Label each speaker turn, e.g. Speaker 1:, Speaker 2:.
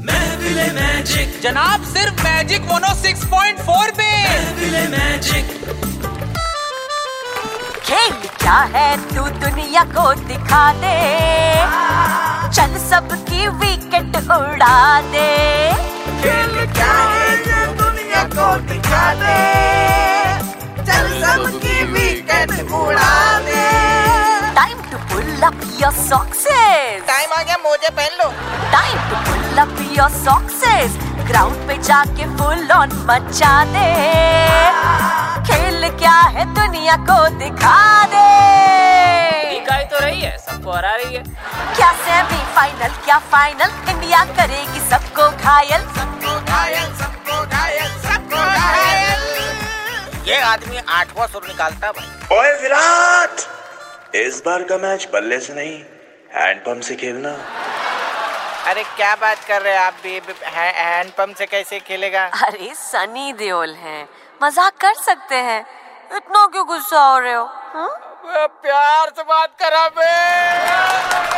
Speaker 1: महफिले magic
Speaker 2: जनाब सिर्फ magic mono 6.4 पे
Speaker 1: महफिले मैजिक
Speaker 3: खेल क्या है तू दुनिया को दिखा दे चल सबकी विकेट उड़ा दे
Speaker 4: खेल क्या है जो दुनिया को दिखा दे चल सबकी विकेट उड़ा दे
Speaker 3: time to pull up your socks
Speaker 4: time आ गया मोजे पहन लो
Speaker 3: time to pull up your socks ground पे जाके फुल ऑन मचा दे खेल क्या है दुनिया को दिखा दे
Speaker 2: इकाई तो रही है सबको हरा रही है
Speaker 3: क्या सेमीफाइनल क्या फाइनल इंडिया करेगी सबको घायल
Speaker 4: सबको घायल सबको घायल सबको घायल ये आदमी आठवां सुर निकालता है भाई
Speaker 5: ओए विराट इस बार का मैच बल्ले से नहीं हैंडपंप से खेलना
Speaker 4: अरे क्या बात कर रहे हैं आप भी हैंडपम्प से कैसे खेलेगा
Speaker 3: अरे सनी देओल हैं मजाक कर सकते हैं हाँ? इतना क्यों गुस्सा हो रहे हो
Speaker 4: प्यार से बात करा बे